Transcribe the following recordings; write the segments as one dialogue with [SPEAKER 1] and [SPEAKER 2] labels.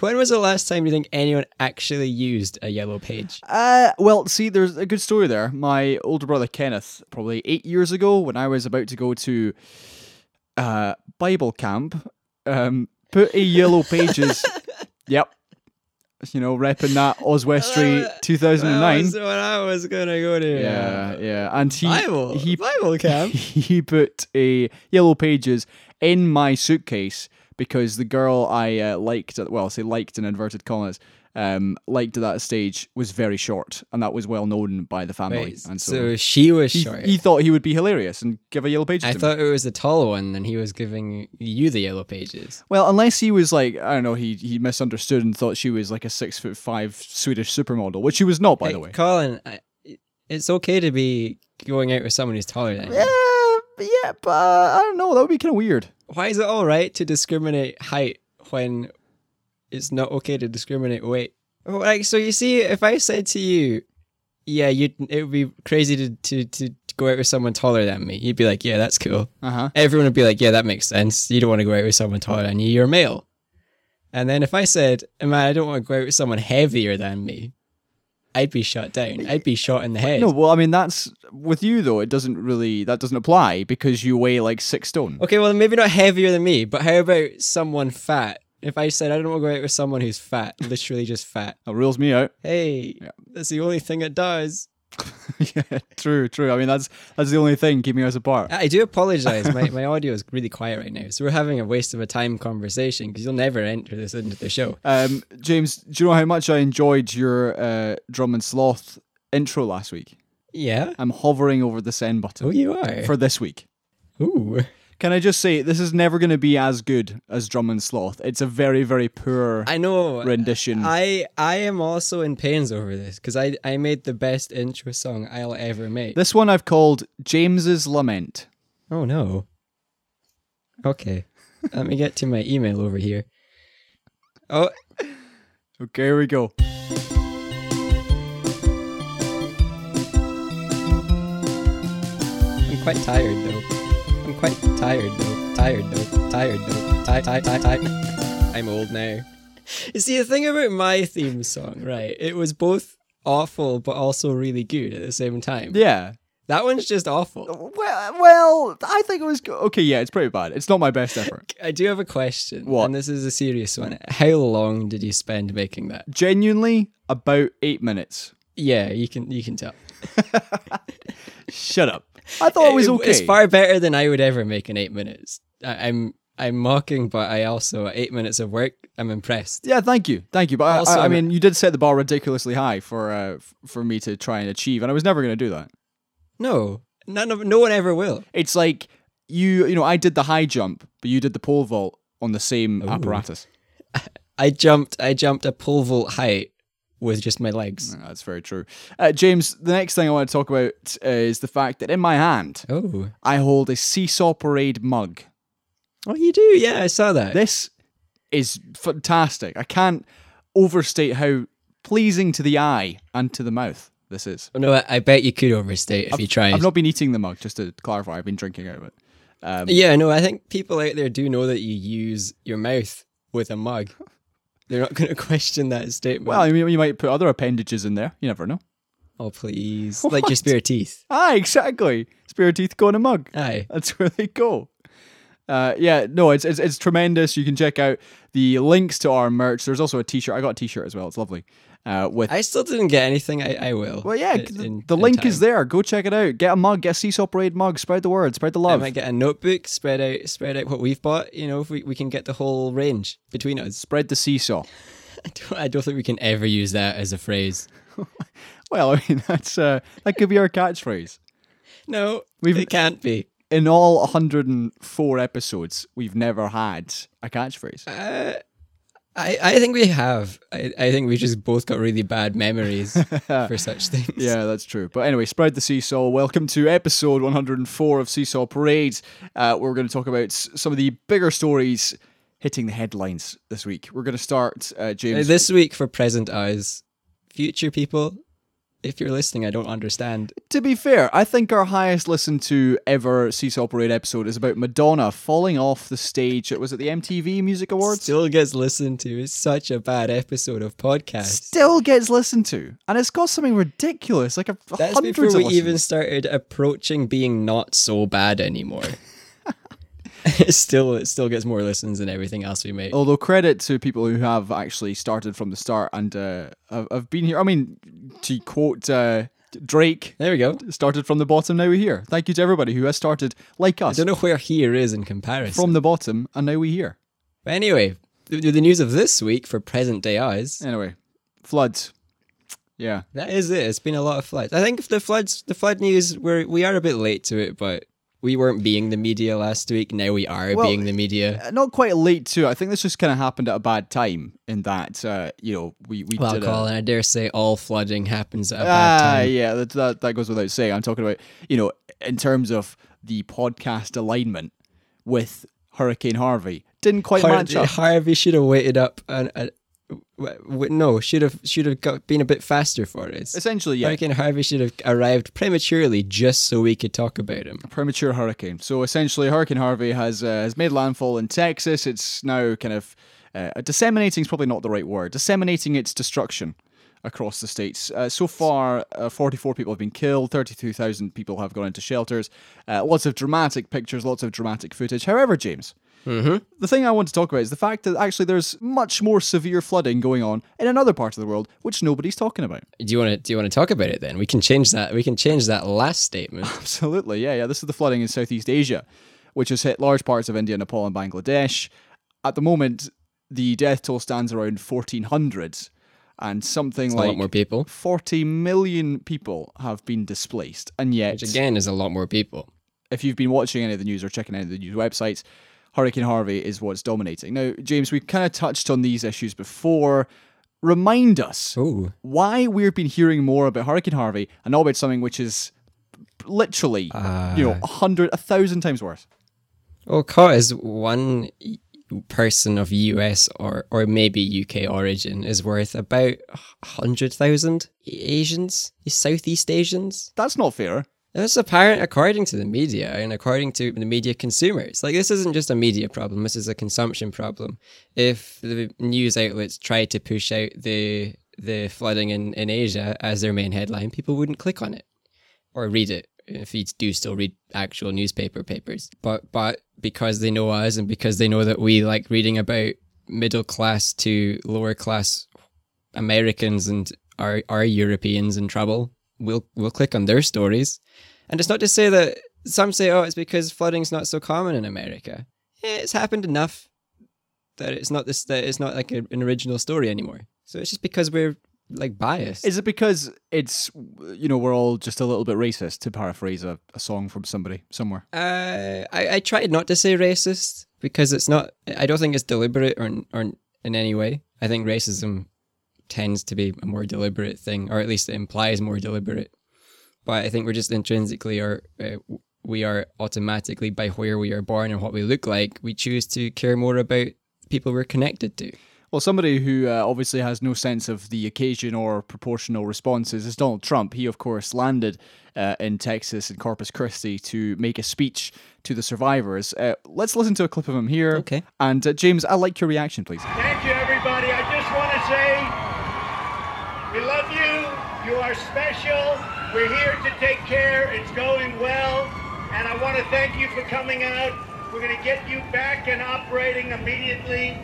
[SPEAKER 1] When was the last time you think anyone actually used a yellow page?
[SPEAKER 2] Uh, well, see, there's a good story there. My older brother Kenneth, probably eight years ago, when I was about to go to uh, Bible camp, um, put a yellow pages. yep. You know, repping that Oswestry 2009.
[SPEAKER 1] That was what I was gonna go to. uh,
[SPEAKER 2] yeah, yeah, and he
[SPEAKER 1] Bible.
[SPEAKER 2] he
[SPEAKER 1] Bible camp.
[SPEAKER 2] he put a yellow pages in my suitcase because the girl I uh, liked, at- well, I say liked in inverted commas, um, liked at that stage was very short, and that was well known by the family.
[SPEAKER 1] Wait,
[SPEAKER 2] and so,
[SPEAKER 1] so she was
[SPEAKER 2] he,
[SPEAKER 1] short.
[SPEAKER 2] he thought he would be hilarious and give a yellow pages.
[SPEAKER 1] I
[SPEAKER 2] to me.
[SPEAKER 1] thought it was the tall one, and he was giving you the yellow pages.
[SPEAKER 2] Well, unless he was like, I don't know, he he misunderstood and thought she was like a six foot five Swedish supermodel, which she was not, by
[SPEAKER 1] Hey,
[SPEAKER 2] the way.
[SPEAKER 1] Colin, I, it's okay to be going out with someone who's taller than
[SPEAKER 2] Yeah,
[SPEAKER 1] you.
[SPEAKER 2] yeah, but uh, I don't know. That would be kind of weird.
[SPEAKER 1] Why is it all right to discriminate height when it's not okay to discriminate weight? Well, Like, so you see, if I said to you, "Yeah, you'd," it would be crazy to to to go out with someone taller than me. You'd be like, "Yeah, that's cool."
[SPEAKER 2] Uh huh.
[SPEAKER 1] everyone would be like, yeah, that makes sense. You don't want to go out with someone taller than you. You're male. And then if I said, man, I don't want to go out with someone heavier than me, I'd be shut down. I'd be shot in the head.
[SPEAKER 2] No, well, I mean that's with you though. It doesn't really that doesn't apply because you weigh like six stone.
[SPEAKER 1] Okay, well, maybe not heavier than me, but how about someone fat? If I said, I don't want to go out with someone who's fat, literally just fat.
[SPEAKER 2] That rules me out.
[SPEAKER 1] Hey,
[SPEAKER 2] Yeah.
[SPEAKER 1] that's the only thing it does.
[SPEAKER 2] yeah, true, true. I mean that's that's the only thing keeping us apart.
[SPEAKER 1] I do apologize. My, my audio is really quiet right now. So we're having a waste of a time conversation because you'll never enter this into the show.
[SPEAKER 2] Um, James, do you know how much I enjoyed your uh, drum and sloth intro last week?
[SPEAKER 1] Yeah.
[SPEAKER 2] I'm hovering over the send button
[SPEAKER 1] Oh, you are.
[SPEAKER 2] for this week.
[SPEAKER 1] Ooh.
[SPEAKER 2] Can I just say this is never going to be as good as Drum and Sloth? It's a very, very poor
[SPEAKER 1] I know.
[SPEAKER 2] rendition.
[SPEAKER 1] I I am also in pains over this because I I made the best intro song I'll ever make.
[SPEAKER 2] this one I've called James's Lament.
[SPEAKER 1] oh no. Okay, let me get to my email over here. Oh,
[SPEAKER 2] Okay, here we go.
[SPEAKER 1] I'm quite tired though. I'm quite tired though. Tired though. Tired though. Tired. Tired. Tired. Tired. I'm old now. You see, the thing about my theme song, right? It was both awful but also really good at the same time.
[SPEAKER 2] Yeah.
[SPEAKER 1] That one's just awful.
[SPEAKER 2] Well, well, I think it was go- okay. Yeah, it's pretty bad. It's not my best effort.
[SPEAKER 1] I do have a question.
[SPEAKER 2] What?
[SPEAKER 1] And this is a serious one. How long did you spend making that?
[SPEAKER 2] Genuinely, about eight minutes.
[SPEAKER 1] Yeah, you can you can tell.
[SPEAKER 2] Shut up. I thought it was okay.
[SPEAKER 1] Oh, It's far better than I would ever make in eight minutes. I, I'm I'm mocking, but I also at eight minutes of work, I'm impressed.
[SPEAKER 2] Yeah, thank you, thank you. But I-
[SPEAKER 1] Also,
[SPEAKER 2] I, I
[SPEAKER 1] I'm-
[SPEAKER 2] mean, you did set the bar ridiculously high for uh, f- for me to try and achieve, and I was never going to do that.
[SPEAKER 1] No, none of no one ever will.
[SPEAKER 2] It's like you, you know, I did the high jump, but you did the pole vault on the same apparatus.
[SPEAKER 1] I jumped I jumped a pole vault height with just my legs.
[SPEAKER 2] That's very true. Uh, James, the next thing I want to talk about uh, is the fact that in my hand
[SPEAKER 1] Oh,
[SPEAKER 2] I hold a seesaw parade mug.
[SPEAKER 1] oh, you do? Yeah, I saw that.
[SPEAKER 2] This is fantastic. I can't overstate how pleasing to the eye and to the mouth this is.
[SPEAKER 1] Oh, no, I, I bet you could overstate if you tried.
[SPEAKER 2] I've not been eating the mug, just to clarify. I've been drinking out of it.
[SPEAKER 1] Yeah, no, I think people out there do know that you use your mouth with a mug. They're not going to question that statement.
[SPEAKER 2] Well, I mean, you might put other appendages in there. You never know.
[SPEAKER 1] oh, please. Like your spare teeth.
[SPEAKER 2] Ah, exactly. Spare teeth go in a mug.
[SPEAKER 1] Aye.
[SPEAKER 2] That's where they go. Uh, yeah, no, it's, it's it's tremendous. You can check out the links to our merch. There's also a T-shirt. I got a T-shirt as well. It's lovely. Uh, with
[SPEAKER 1] I still didn't get anything. I, I will.
[SPEAKER 2] well, yeah,
[SPEAKER 1] in-
[SPEAKER 2] the,
[SPEAKER 1] in-
[SPEAKER 2] the
[SPEAKER 1] in
[SPEAKER 2] link
[SPEAKER 1] time.
[SPEAKER 2] is there. Go check it out. Get a mug. Get a Seesaw Parade mug. Spread the word. Spread the
[SPEAKER 1] I
[SPEAKER 2] love.
[SPEAKER 1] might get a notebook, spread out spread out what we've bought. You know, if we, we can get the whole range between us.
[SPEAKER 2] Spread the seesaw.
[SPEAKER 1] I don't, I don't think we can ever use that as a phrase.
[SPEAKER 2] Well, I mean, that's uh, that could be our catchphrase.
[SPEAKER 1] No,
[SPEAKER 2] We've-
[SPEAKER 1] it can't be.
[SPEAKER 2] In all 104 episodes, we've never had a catchphrase.
[SPEAKER 1] I, I think we have. I, I think we just both got really bad memories for such things.
[SPEAKER 2] Yeah, that's true. But anyway, spread the seesaw. Welcome to episode 104 of Seesaw Parade. Uh, we're going to talk about s- some of the bigger stories hitting the headlines this week. We're going to start, uh,
[SPEAKER 1] Uh,
[SPEAKER 2] James.
[SPEAKER 1] This week for present eyes, future people, if you're listening, I don't understand.
[SPEAKER 2] To be fair, I think our highest listened to ever Seesaw Parade episode is about Madonna falling off the stage. It was at the MTV Music Awards.
[SPEAKER 1] Still gets listened to. It's such a bad episode of podcast.
[SPEAKER 2] Still gets listened to, and it's got something ridiculous, like a
[SPEAKER 1] That's
[SPEAKER 2] hundreds
[SPEAKER 1] before
[SPEAKER 2] of
[SPEAKER 1] we
[SPEAKER 2] listens.
[SPEAKER 1] even started approaching being not so bad anymore. it still it still gets more listens than everything else we make. Oh,
[SPEAKER 2] Although credit to people who have actually started from the start and uh, have, have been here. I mean, to quote uh, Drake,
[SPEAKER 1] There we go.
[SPEAKER 2] started from the bottom, now we're here. Thank you to everybody who has started like
[SPEAKER 1] I
[SPEAKER 2] us
[SPEAKER 1] don't know where here is in comparison.
[SPEAKER 2] from the bottom, and now we're here.
[SPEAKER 1] But anyway, the, the news of this week for present day eyes.
[SPEAKER 2] Anyway, floods. Yeah.
[SPEAKER 1] That is it. It's been a lot of floods. I think the floods, the flood news, we're, we are a bit late to it, but we weren't being the media last week. Now we are
[SPEAKER 2] Well,
[SPEAKER 1] being the media.
[SPEAKER 2] Uh, Not quite late too. I think this just kind of happened at a bad time in that uh, you know we we
[SPEAKER 1] Well,
[SPEAKER 2] did a-
[SPEAKER 1] Colin, I dare say all flooding happens at a bad
[SPEAKER 2] ah
[SPEAKER 1] time.
[SPEAKER 2] yeah that, that that goes without saying. I'm talking about you know in terms of the podcast alignment with Hurricane Harvey didn't quite match
[SPEAKER 1] Harvey,
[SPEAKER 2] up.
[SPEAKER 1] Harvey should have waited up and uh, w- w- no, should have should have got, been a bit faster for it.
[SPEAKER 2] Essentially, yeah,
[SPEAKER 1] Hurricane Harvey should have arrived prematurely just so we could talk about him.
[SPEAKER 2] premature hurricane. So essentially, Hurricane Harvey has uh, has made landfall in Texas. It's now kind of uh, disseminating is probably not the right word. Disseminating its destruction across the states. Uh, so far, uh, 44 people have been killed. 32,000 people have gone into shelters. Uh, lots of dramatic pictures. Lots of dramatic footage. However, James. The thing I want to talk about is the fact that actually there's much more severe flooding going on in another part of the world, which nobody's talking about.
[SPEAKER 1] Do you want to do you want to talk about it then? We can change that. We can change that last statement.
[SPEAKER 2] Absolutely, yeah, yeah. This is the flooding in Southeast Asia, which has hit large parts of India, Nepal, and Bangladesh. At the moment, the death toll stands around 1,400, and something
[SPEAKER 1] a
[SPEAKER 2] like
[SPEAKER 1] lot more people,
[SPEAKER 2] 40 million people have been displaced. And yet,
[SPEAKER 1] which again is a lot more people.
[SPEAKER 2] if you've been watching any of the news or checking any of the news websites, Hurricane Harvey is what's dominating. Now, James, we kind of touched on these issues before. Remind us
[SPEAKER 1] Ooh.
[SPEAKER 2] why we've been hearing more about Hurricane Harvey and not about something which is literally, you know, a hundred, a thousand times worse.
[SPEAKER 1] Well, caught as one person of US or, or maybe UK origin is worth about 100,000 Asians, Southeast Asians.
[SPEAKER 2] That's not fair.
[SPEAKER 1] That's apparent according to the media and according to the media consumers. Like, this isn't just a media problem, this is a consumption problem. If the news outlets tried to push out the the flooding in, in Asia as their main headline, people wouldn't click on it or read it if you do still read actual newspaper papers. But but because they know us and because they know that we like reading about middle class to lower class Americans and our our Europeans in trouble, we'll we'll click on their stories. And it's not to say that some say, oh, it's because flooding's not so common in America. Eh, It's happened enough that it's not this that it's not like a, an original story anymore. So it's just because we're like biased.
[SPEAKER 2] Is it because it's, you know, we're all just a little bit racist, to paraphrase a, a song from somebody somewhere?
[SPEAKER 1] Uh, I, I tried not to say racist because it's not. I don't think it's deliberate or or in any way. I think racism tends to be a more deliberate thing, or at least it implies more deliberate. But I think we're just intrinsically, or uh, we are automatically by where we are born and what we look like, we choose to care more about people we're connected to.
[SPEAKER 2] Well, somebody who uh, obviously has no sense of the occasion or proportional responses is Donald Trump. He, of course, landed uh, in Texas in Corpus Christi to make a speech to the survivors. Uh, let's listen to a clip of him here.
[SPEAKER 1] Okay.
[SPEAKER 2] And uh, James, I like your reaction, please.
[SPEAKER 3] Thank you, everybody. I just want to say we love you. You are special. We're here to take care. It's going well. And I want to thank you for coming out. We're going to get you back and operating immediately.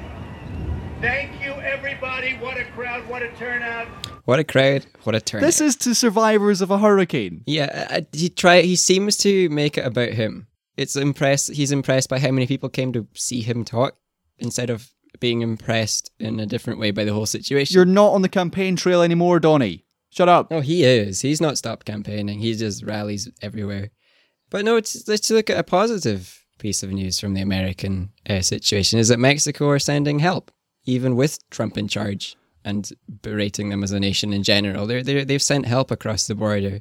[SPEAKER 3] Thank you, everybody. What a crowd. What a turnout.
[SPEAKER 1] What a crowd! What a turn!
[SPEAKER 2] This is to survivors of a hurricane.
[SPEAKER 1] Yeah, I- I- he try. He seems to make it about him. It's impressed. He's impressed by how many people came to see him talk, instead of being impressed in a different way by the whole situation.
[SPEAKER 2] You're not on the campaign trail anymore, Donny. Shut up.
[SPEAKER 1] no, Oh, he is. He's not stopped campaigning. He just rallies everywhere. But no, it's, let's look at a positive piece of news from the American uh, situation: is that Mexico are sending help, even with Trump in charge and berating them as a nation in general. They're, they're, they've sent help across the border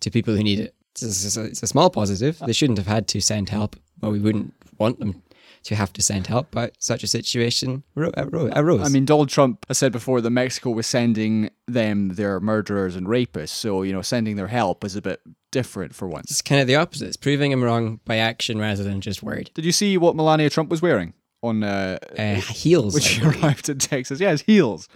[SPEAKER 1] to people who need it. It's a, it's a- it's a small positive. They shouldn't have had to send help, but we wouldn't want them to have to send help, but such a situation ro- arose. arose.
[SPEAKER 2] I mean, Donald Trump has said before that Mexico was sending them their murderers and rapists, so you know, sending their help is a bit different for once.
[SPEAKER 1] it's kind of the opposite. It's proving him wrong by action rather than just word.
[SPEAKER 2] Did you see what Melania Trump was wearing on uh,
[SPEAKER 1] Uh, heels.
[SPEAKER 2] when she
[SPEAKER 1] like,
[SPEAKER 2] arrived in Texas? Yes, heels.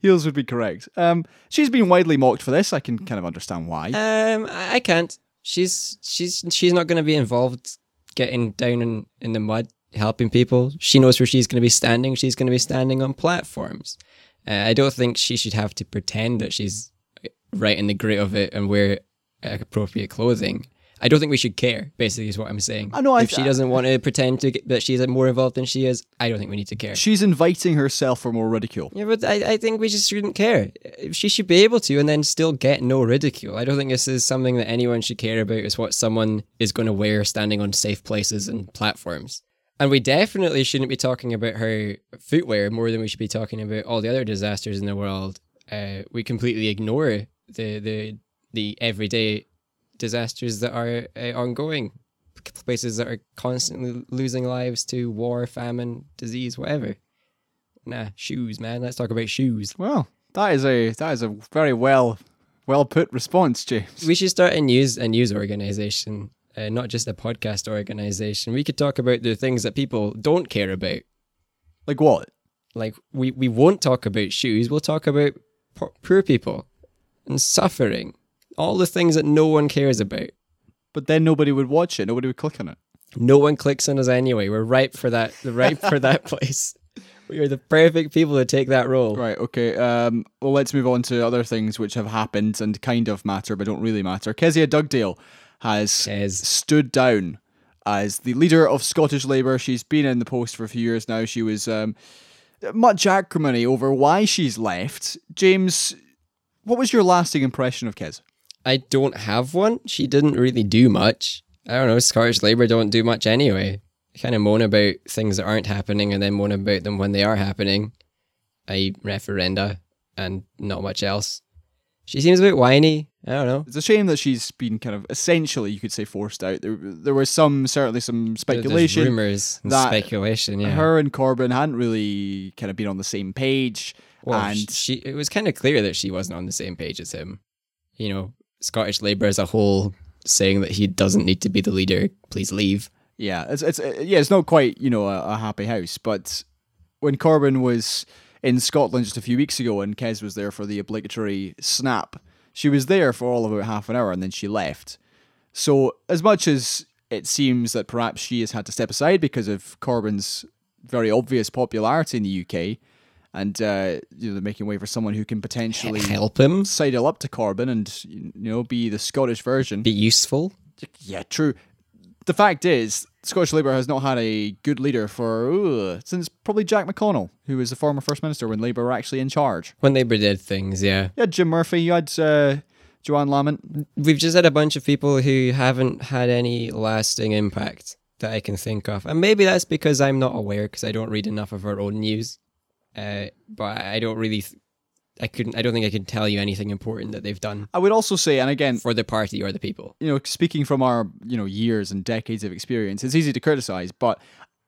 [SPEAKER 2] Heels would be correct. Um, she's been widely mocked for this. I can kind of understand why.
[SPEAKER 1] um, I I can't. She's she's she's not going to be involved getting down in, in the mud helping people. She knows where she's going to be standing. She's going to be standing on platforms. Uh, I don't think she should have to pretend that she's uh, right in the grit of it and wear uh, appropriate clothing. I don't think we should care. Basically, is what I'm saying.
[SPEAKER 2] I know, I
[SPEAKER 1] if
[SPEAKER 2] th-
[SPEAKER 1] she doesn't want to pretend to get, that she's uh, more involved than she is, I don't think we need to care.
[SPEAKER 2] She's inviting herself for more ridicule.
[SPEAKER 1] Yeah, but I, I think we just shouldn't care. She should be able to and then still get no ridicule. I don't think this is something that anyone should care about, is what someone is going to wear standing on safe places and platforms. And we definitely shouldn't be talking about her footwear more than we should be talking about all the other disasters in the world. Uh, we completely ignore the, the, the everyday disasters that are uh, ongoing, places that are constantly losing lives to war, famine, disease, whatever. Nah, shoes, man. Let's talk about shoes.
[SPEAKER 2] Well, that is a that is a very well well put response, James.
[SPEAKER 1] We should start a news a news organization, uh, not just a podcast organization. We could talk about the things that people don't care about.
[SPEAKER 2] Like what?
[SPEAKER 1] Like we we won't talk about shoes. We'll talk about po- poor people and suffering, all the things that no one cares about.
[SPEAKER 2] But then nobody would watch it. Nobody would click on it.
[SPEAKER 1] No one clicks on us anyway. We're ripe for that. The ripe for that place. We are the perfect people to take that role.
[SPEAKER 2] Right. Okay. Um. Well, let's move on to other things which have happened and kind of matter, but don't really matter. Kezia Dugdale has
[SPEAKER 1] Kez.
[SPEAKER 2] stood down as the leader of Scottish Labour. She's been in the post for a few years now. She was um, much acrimony over why she's left. James, what was your lasting impression of Kez?
[SPEAKER 1] I don't have one. She didn't really do much. I don't know. Scottish Labour don't do much anyway. Kind of moan about things that aren't happening and then moan about them when they are happening, i.e., referenda and not much else. She seems a bit whiny. I don't know.
[SPEAKER 2] It's a shame that she's been kind of essentially, you could say, forced out. There, there was some certainly some
[SPEAKER 1] There- there's
[SPEAKER 2] speculation.
[SPEAKER 1] rumors, and
[SPEAKER 2] that
[SPEAKER 1] speculation. Yeah.
[SPEAKER 2] Her and Corbyn hadn't really kind of been on the same page.
[SPEAKER 1] Well,
[SPEAKER 2] and
[SPEAKER 1] sh- she it was kind of clear that she wasn't on the same page as him. You know, Scottish Labour as a whole saying that he doesn't need to be the leader. Please leave.
[SPEAKER 2] Yeah, it's it's uh, yeah, it's not quite you know a, a happy house, but when Corbyn was in Scotland just a few weeks ago and Kez was there for the obligatory snap, she was there for all of about half an hour and then she left. So as much as it seems that perhaps she has had to step aside because of Corbyn's very obvious popularity in the UK, and uh, you know they're making way for someone who can potentially
[SPEAKER 1] Help him.
[SPEAKER 2] sidle up to Corbyn and you know be the Scottish version.
[SPEAKER 1] Be useful.
[SPEAKER 2] Yeah, true. The fact is, Scottish Labour has not had a good leader for ooh, since probably Jack McConnell, who was the former First Minister when Labour were actually in charge.
[SPEAKER 1] When Labour did things, yeah.
[SPEAKER 2] You had Jim Murphy, you had uh, Joanne Lamont.
[SPEAKER 1] We've just had a bunch of people who haven't had any lasting impact that I can think of. And maybe that's because I'm not aware because I don't read enough of our own news. Uh, but I don't really, th- I couldn't, I don't think I could tell you anything important that they've done
[SPEAKER 2] I would also say, and again,
[SPEAKER 1] for the party or the people.
[SPEAKER 2] you know, speaking from our you know years and decades of experience, it's easy to criticise, but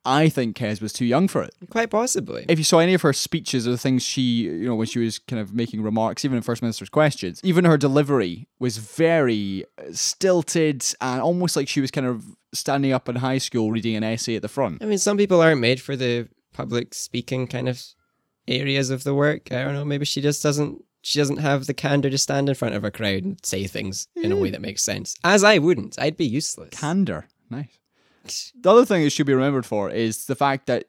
[SPEAKER 2] I think Kez was too young for it.
[SPEAKER 1] Quite possibly.
[SPEAKER 2] If you saw any of her speeches or the things she, you know, when she was kind of making remarks, even in First Minister's questions, even her delivery was very uh, stilted and almost like she was kind of standing up in high school reading an essay at the front.
[SPEAKER 1] I mean, some people aren't made for the public speaking kind of areas of the work. I don't know. Maybe she just doesn't. She doesn't have the candor to stand in front of a crowd and say things in a way that makes sense. As I wouldn't. I'd be useless.
[SPEAKER 2] Candor. Nice. The other thing that she'll be remembered for is the fact that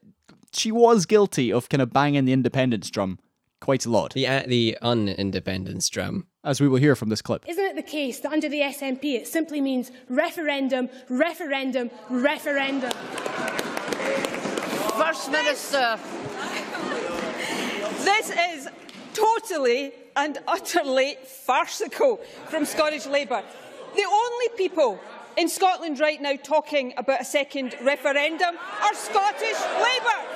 [SPEAKER 2] she was guilty of kind of banging the independence drum quite a lot,
[SPEAKER 1] The uh, the un-independence drum.
[SPEAKER 2] as we will hear from this clip.
[SPEAKER 4] Isn't it the case that under the SNP it simply means referendum, referendum, referendum?
[SPEAKER 5] First Minister,
[SPEAKER 6] This is totally and utterly farcical from Scottish Labour. The only people in Scotland right now talking about a second referendum are Scottish Labour.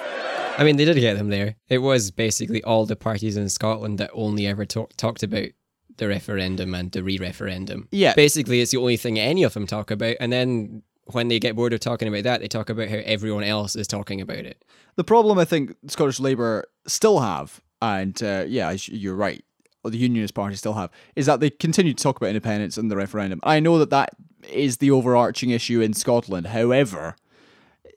[SPEAKER 1] I mean, they did get them there. It was basically all the parties in Scotland that only ever talk- talked about the referendum and the re-referendum.
[SPEAKER 2] Yeah.
[SPEAKER 1] Basically, it's the only thing any of them talk about. And then when they get bored of talking about that, they talk about how everyone else is talking about it.
[SPEAKER 2] The problem I think Scottish Labour still have, and uh, yeah, as you're right, or the Unionist Party still have, is that they continue to talk about independence and the referendum. I know that that is the overarching issue in Scotland. However,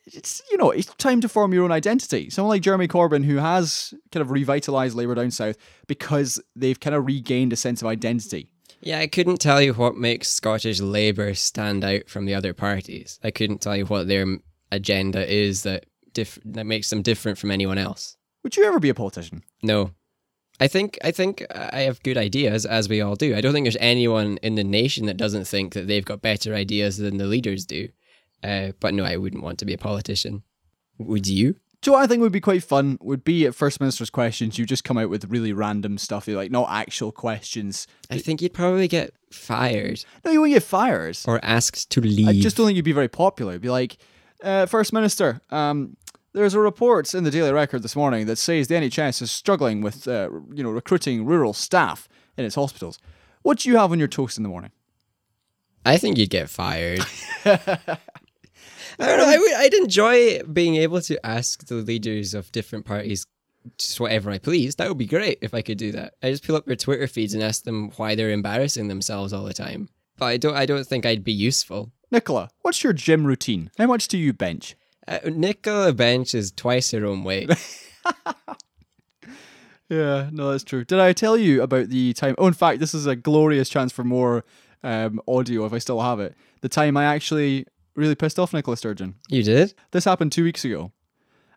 [SPEAKER 2] it's you know it's time to form your own identity. Someone like Jeremy Corbyn, who has kind of revitalised Labour down south because they've kind of regained a sense of identity.
[SPEAKER 1] Yeah, I couldn't tell you what makes Scottish Labour stand out from the other parties. I couldn't tell you what their m- agenda is that diff- that makes them different from anyone else.
[SPEAKER 2] Would you ever be a politician?
[SPEAKER 1] No. I think I think I have good ideas as we all do. I don't think there's anyone in the nation that doesn't think that they've got better ideas than the leaders do. Uh, but no, I wouldn't want to be a politician. Would you?
[SPEAKER 2] So what I think would be quite fun would be at First Minister's questions. You just come out with really random stuff, You're like not actual questions.
[SPEAKER 1] I think you'd probably get fired
[SPEAKER 2] No, you won't get fired.
[SPEAKER 1] or asked to leave.
[SPEAKER 2] I just don't think you'd be very popular. You'd be like, uh, First Minister, um, there's a report in the Daily Record this morning that says the NHS is struggling with, uh, you know, recruiting rural staff in its hospitals. What do you have on your toast in the morning?
[SPEAKER 1] I think you'd get fired. I don't know. I would, I'd enjoy being able to ask the leaders of different parties just whatever I please. That would be great if I could do that. I just pull up their Twitter feeds and ask them why they're embarrassing themselves all the time. But I don't. I don't think I'd be useful.
[SPEAKER 2] Nicola, what's your gym routine? How much do you bench?
[SPEAKER 1] Uh, Nicola Bench is twice her own weight.
[SPEAKER 2] Yeah, no, that's true. Did I tell you about the time? Oh, in fact, this is a glorious chance for more um, audio if I still have it. The time I actually really pissed off Nicola Sturgeon.
[SPEAKER 1] you did?
[SPEAKER 2] This happened two weeks ago.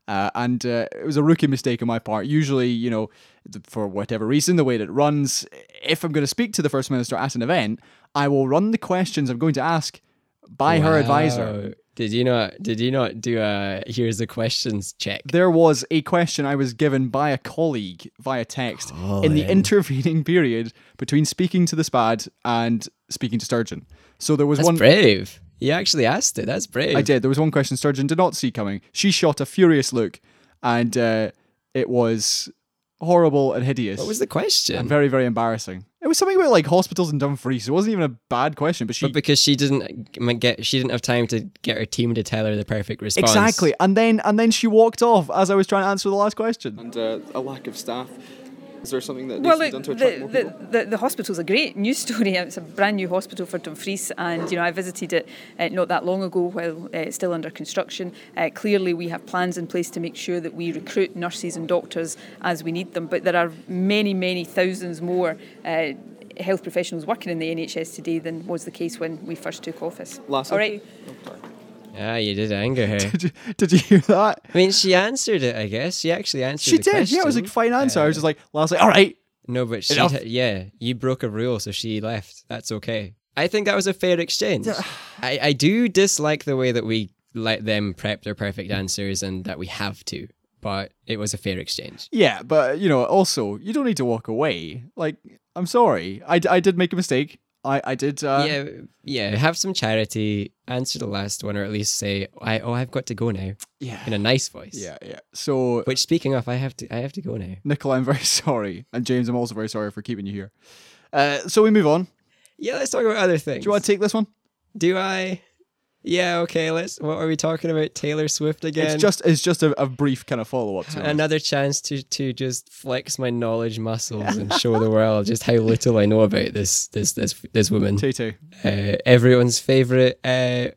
[SPEAKER 2] Uh, and uh, it was a rookie mistake on my part. Usually, you know, th- for whatever reason, the way that it runs, if I'm going to speak to the First Minister at an event, I will run the questions I'm going to ask by her advisor.
[SPEAKER 1] Wow. Oh, Did you not? Did you not do a here's the questions check?
[SPEAKER 2] There was a question I was given by a colleague via text in the intervening period between speaking to the SPAD and speaking to Sturgeon. So there was
[SPEAKER 1] That's
[SPEAKER 2] one.
[SPEAKER 1] brave. You actually asked it. That's brave.
[SPEAKER 2] I did. There was one question Sturgeon did not see coming. She shot a furious look, and uh, it was horrible and hideous.
[SPEAKER 1] What was the question?
[SPEAKER 2] and very, very embarrassing. It was something about like hospitals in Dumfries. It wasn't even a bad question, but she
[SPEAKER 1] But because she didn't m- get, she didn't have time to get her team to tell her the perfect response.
[SPEAKER 2] exactly. And then and then she walked off as I was trying to answer the last question.
[SPEAKER 5] and uh, a lack of staff. Is there something that needs
[SPEAKER 7] Well,
[SPEAKER 5] to be
[SPEAKER 7] look,
[SPEAKER 5] done to
[SPEAKER 7] the,
[SPEAKER 5] attract more people?
[SPEAKER 7] the, the, the hospital's a great news story. It's a brand new hospital for Dumfries, and you know I visited it uh, not that long ago while uh, it's still under construction. Uh, clearly, we have plans in place to make sure that we recruit nurses and doctors as we need them, but there are many, many thousands more. Uh, Health professionals working in the NHS today than was the case when we first took office.
[SPEAKER 5] Lastly-
[SPEAKER 7] All right,
[SPEAKER 1] Ah, you did anger her.
[SPEAKER 2] Did you hear that?
[SPEAKER 1] I mean, she answered it. I guess she actually answered.
[SPEAKER 2] She
[SPEAKER 1] the
[SPEAKER 2] did. Yeah, it was a
[SPEAKER 1] question.
[SPEAKER 2] fine answer. I was just like, last like, all right.
[SPEAKER 1] No, but she.
[SPEAKER 2] Enough.
[SPEAKER 1] had- Yeah, you broke a rule, so she left. That's okay. I think that was a fair exchange. I, I do dislike the way that we let them prep their perfect answers and that we have to, but it was a fair exchange.
[SPEAKER 2] Yeah, but you know, also you don't need to walk away. Like, I'm sorry, I, d- I did make a mistake. I I did. Uh,
[SPEAKER 1] yeah, yeah. Have some charity. Answer the last one, or at least say, "I oh, I've got to go now."
[SPEAKER 2] Yeah.
[SPEAKER 1] in a nice voice.
[SPEAKER 2] yeah, yeah. So
[SPEAKER 1] Which, speaking of, I have to, I have to go now.
[SPEAKER 2] Nicola, I'm very sorry, and James, I'm also very sorry for keeping you here. Uh, so we move on. Do
[SPEAKER 1] Yeah, let's talk about other things.
[SPEAKER 2] you want to take this one?
[SPEAKER 1] Do I? Yeah, okay. Let's. What are we talking about? Taylor Swift again?
[SPEAKER 2] It's just it's just a, a brief kind of follow up to it.
[SPEAKER 1] another chance to to just flex my knowledge muscles and show the world just how little I know about this this this this woman.
[SPEAKER 2] Tay Tay.
[SPEAKER 1] Uh, everyone's favorite uh,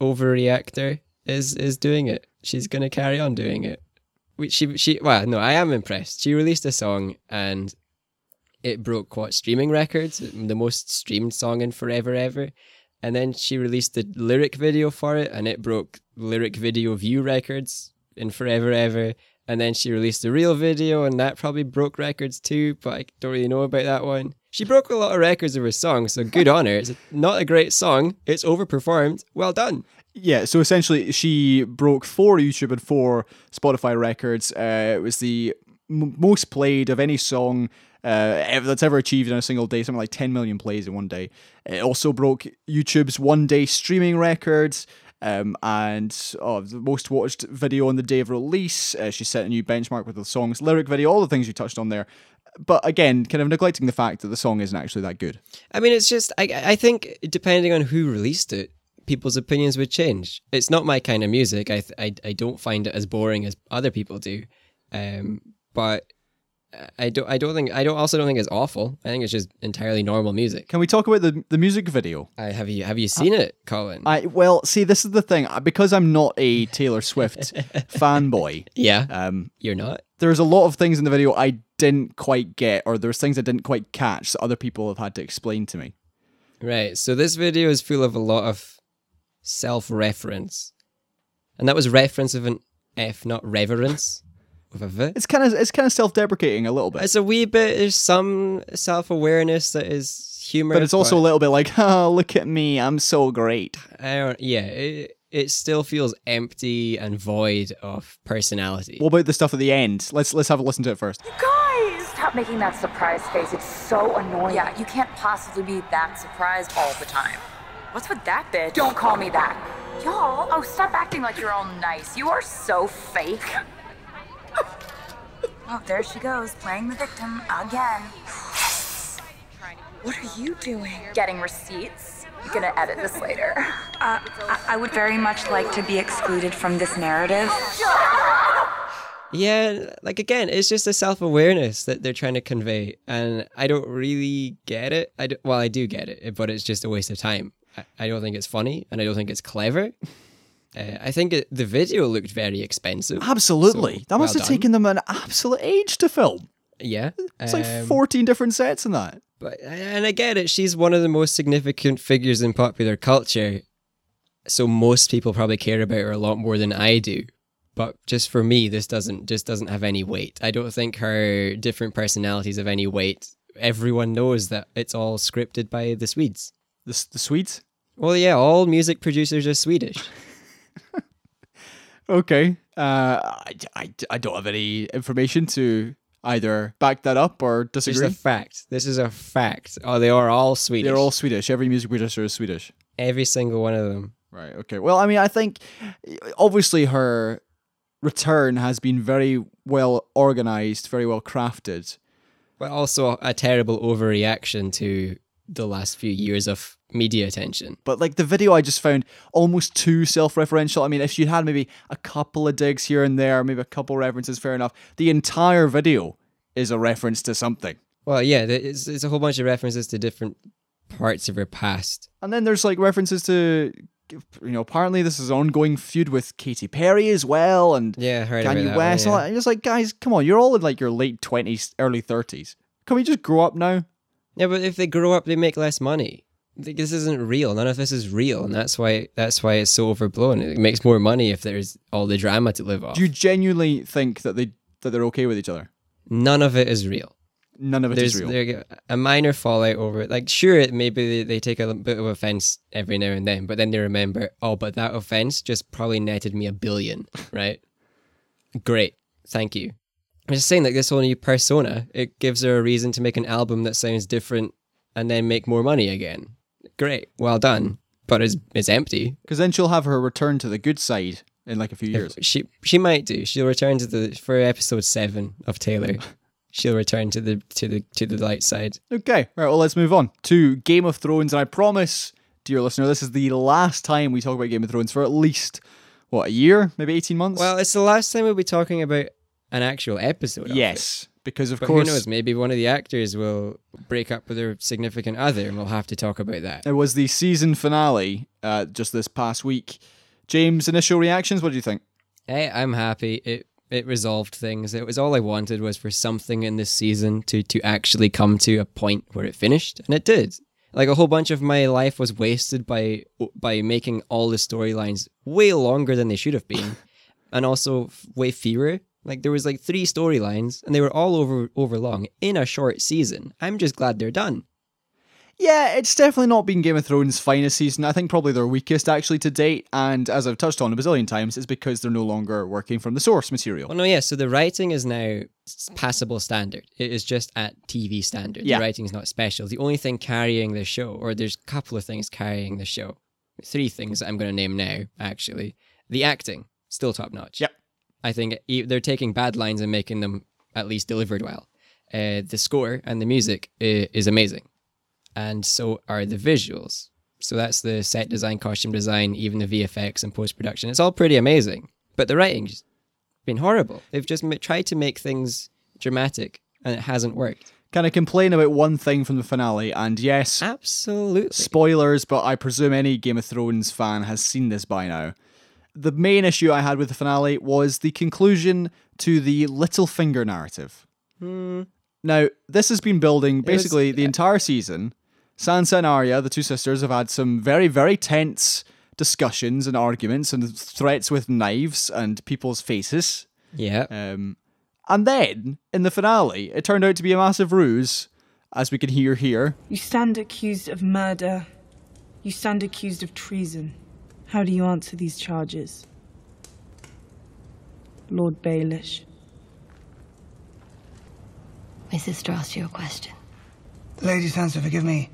[SPEAKER 1] overreactor is is doing it. She's gonna carry on doing it. We- She she well no, I am impressed. She released a song and it broke what streaming records, the most streamed song in forever ever. And then she released the lyric video for it, and it broke lyric video view records in forever ever. And then she released the real video, and that probably broke records too. But I don't really know about that one. She broke a lot of records of her song, so good on her. It's not a great song. It's overperformed. Well done.
[SPEAKER 2] Yeah, so essentially she broke four YouTube and four Spotify records. Uh, it was the m- most played of any song uh, ever, that's ever achieved in a single day, something like 10 million plays in one day. It also broke YouTube's one day streaming records. Um, and oh, the most watched video on the day of release. Uh, she set a new benchmark with the song's lyric video, all the things you touched on there. But again, kind of neglecting the fact that the song isn't actually that good.
[SPEAKER 1] I mean, it's just I I think depending on who released it, people's opinions would change. It's not my kind of music. I th- I, I don't find it as boring as other people do, um, but I don't I don't think I don't also don't think it's awful. I think it's just entirely normal music.
[SPEAKER 2] Can we talk about the, the music video?
[SPEAKER 1] I, have you have you seen it, Colin?
[SPEAKER 2] I well, see, this is the thing I- because I'm not a Taylor Swift fanboy.
[SPEAKER 1] yeah,
[SPEAKER 2] Um,
[SPEAKER 1] you're not.
[SPEAKER 2] there's a lot of things in the video I didn't quite get, or there's things I didn't quite catch that other people have had to explain to me.
[SPEAKER 1] Right. So this video is full of a lot of self-reference, and that was reference of an F, not reverence, with a V.
[SPEAKER 2] It's kind of it's kind of self deprecating a little bit,
[SPEAKER 1] It's a wee bit. There's some self-awareness that is humor,
[SPEAKER 2] but it's also a little bit like, oh, look at me, I'm so great.
[SPEAKER 1] I don't, yeah. It, it still feels empty and void of personality.
[SPEAKER 2] What about the stuff at the end? Let's let's have a listen to it first.
[SPEAKER 8] Guys! Stop making that surprise face. It's so annoying. Yeah, you can't possibly be that surprised all the time. What's with that bitch? Don't call me that. Y'all, oh, stop acting like you're all nice. You are so fake. oh, there she goes, playing the victim again. What are you doing? Getting receipts. You're gonna edit this later. Uh, I, I would very much like to be excluded from this narrative.
[SPEAKER 1] Yeah, like again, it's just a self awareness that they're trying to convey, and I don't really get it. I do, well, I do get it, but it's just a waste of time. I, I don't think it's funny, and I don't think it's clever. Uh, I think it, the video looked very expensive.
[SPEAKER 2] Absolutely,
[SPEAKER 1] So,
[SPEAKER 2] that must
[SPEAKER 1] well
[SPEAKER 2] have
[SPEAKER 1] done.
[SPEAKER 2] taken them an absolute age to film.
[SPEAKER 1] Yeah,
[SPEAKER 2] It's like
[SPEAKER 1] um,
[SPEAKER 2] 14 different sets in that.
[SPEAKER 1] But and I get it. She's one of the most significant figures in popular culture, so most people probably care about her a lot more than I do. But just for me, this doesn't just doesn't have any weight. I don't think her different personalities have any weight. Everyone knows that it's all scripted by the Swedes.
[SPEAKER 2] The s- the Swedes.
[SPEAKER 1] Well, yeah, all music producers are Swedish.
[SPEAKER 2] Okay. Uh, I, I, I don't have any information to either back that up or
[SPEAKER 1] This
[SPEAKER 2] disagree.
[SPEAKER 1] is a fact. This is a fact. Oh, they are all Swedish.
[SPEAKER 2] They're all Swedish. Every music producer is Swedish.
[SPEAKER 1] every single one of them.
[SPEAKER 2] Right. Okay. Well, I mean, I think obviously her return has been very well organized, very well crafted.
[SPEAKER 1] but also a terrible overreaction to the last few years of media attention.
[SPEAKER 2] But like the video, I just found almost too self-referential. I mean, if she'd had maybe a couple of digs here and there, maybe a couple references, fair enough. The entire video is a reference to something.
[SPEAKER 1] Well, yeah, there- it's, it's a whole bunch of references to different parts of her past.
[SPEAKER 2] And then there's like references to, you know, apparently this is an ongoing feud with Katy Perry as well, and
[SPEAKER 1] Yeah, I heard about that
[SPEAKER 2] Kanye
[SPEAKER 1] one,
[SPEAKER 2] West. and all
[SPEAKER 1] yeah.
[SPEAKER 2] that. And it's like, guys, come on, you're all in like your late twenties, early thirties. Can we just grow up now?
[SPEAKER 1] Yeah, but if they grow up, they make less money. Like, This isn't real. None of this is real, and that's why that's why it's so overblown. It makes more money if there's all the drama to live off.
[SPEAKER 2] Do you genuinely think that they that they're okay with each other?
[SPEAKER 1] None of it is real.
[SPEAKER 2] None of it is
[SPEAKER 1] there's
[SPEAKER 2] real.
[SPEAKER 1] there- a minor fallout over it. Like, sure, it maybe they, they take a little bit of offense every now and then, but then they remember, oh, but that offense just probably netted me a billion, right? Great, thank you. I'm just saying, like this whole new persona, it gives her a reason to make an album that sounds different and then make more money again. Great, well done, but it's it's empty.
[SPEAKER 2] Because then she'll have her return to the good side in like a few years.
[SPEAKER 1] She she might do. She'll return to the for episode seven of Taylor. She'll return to the to the to the light side.
[SPEAKER 2] Okay, right. Well, let's move on to Game of Thrones, and I promise, dear listener, this is the last time we talk about Game of Thrones for at least what a year, maybe eighteen months.
[SPEAKER 1] Well, it's the last time we'll be talking about an actual episode. of it.
[SPEAKER 2] yes, because of
[SPEAKER 1] But
[SPEAKER 2] course
[SPEAKER 1] who knows? Maybe one of the actors will break up with their significant other, and we'll have to talk about that.
[SPEAKER 2] It was the season finale uh, just this past week. James, initial reactions, what do you think?
[SPEAKER 1] Hey, I'm happy. It it resolved things. It was all I wanted was for something in this season to to actually come to a point where it finished, and it did. Like a whole bunch of my life was wasted by by making all the storylines way longer than they should have been, and also f- way fewer. Like there was like three storylines, and they were all over over long in a short season. I'm just glad they're done.
[SPEAKER 2] Yeah, it's definitely not been Game of Thrones' finest season. I think probably their weakest actually to date. And as I've touched on a bazillion times, it's because they're no longer working from the source material.
[SPEAKER 1] Well, no, yeah. So the writing is now s- passable standard. It is just at TV standard.
[SPEAKER 2] Yeah.
[SPEAKER 1] The writing is not special. The only thing carrying the show, or there's a couple of things carrying the show, three things that I'm going to name now. Actually, the acting still top notch.
[SPEAKER 2] Yep.
[SPEAKER 1] I think e- they're taking bad lines and making them at least delivered well. Uh, the score and the music i- is amazing, and so are the visuals. So that's the set design, costume design, even the VFX and post production. It's all pretty amazing. But the writing's been horrible. They've just ma- tried to make things dramatic and it hasn't worked.
[SPEAKER 2] Can I complain about one thing from the finale? And yes,
[SPEAKER 1] Absolutely.
[SPEAKER 2] spoilers, but I presume any Game of Thrones fan has seen this by now. The main issue I had with the finale was the conclusion to the Littlefinger narrative. Now, this has been building basically the entire season. Sansa and Arya, the two sisters, have had some very, very tense discussions and arguments and threats with knives and people's faces.
[SPEAKER 1] Yeah.
[SPEAKER 2] Um, and then, in the finale, it turned out to be a massive ruse, as we can hear here.
[SPEAKER 9] You stand accused of murder. You stand accused of treason. How do you answer these charges? Lord Baelish.
[SPEAKER 10] Mrs. Strauss, your question.
[SPEAKER 11] Lady Sansa, forgive me.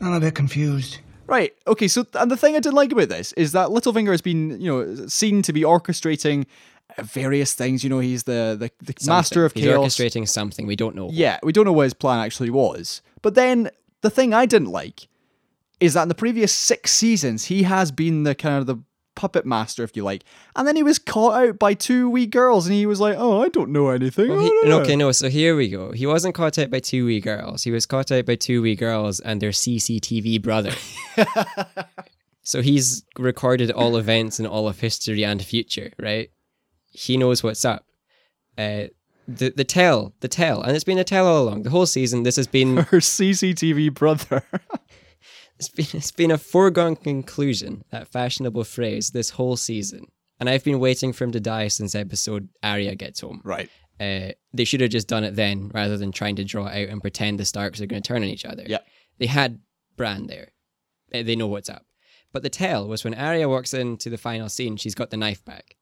[SPEAKER 11] I'm a bit confused.
[SPEAKER 2] Right. Okay. So, and the thing I didn't like about this is that Littlefinger has been, you know, seen to be orchestrating uh, various things. You know, he's the the, the master of
[SPEAKER 1] He's
[SPEAKER 2] chaos.
[SPEAKER 1] orchestrating something we don't know.
[SPEAKER 2] Yeah, we don't know what his plan actually was. But then the thing I didn't like is that in the previous six seasons he has been the kind of the puppet master, if you like, and then he was caught out by two wee girls, and he was like, "Oh, I don't know anything."
[SPEAKER 1] Well, he-
[SPEAKER 2] I don't know."
[SPEAKER 1] okay, no, so here we go. He wasn't caught out by two wee girls. He was caught out by two wee girls and their CCTV brother. so he's recorded all events and all of history and future, right? He knows what's up. Uh, the the tell, the tell, and it's been a tell all along. The whole season, this has been
[SPEAKER 2] Her CCTV brother.
[SPEAKER 1] it's been it's been a foregone conclusion. That fashionable phrase. This whole season, and I've been waiting for him to die since episode Arya gets home.
[SPEAKER 2] right.
[SPEAKER 1] uh, they should have just done it then rather than trying to draw it out and pretend the Starks are going to turn on each other.
[SPEAKER 2] Yeah.
[SPEAKER 1] They had Bran there. Uh, They know what's up. But the tell was when Arya walks into the final scene, she's got the knife back.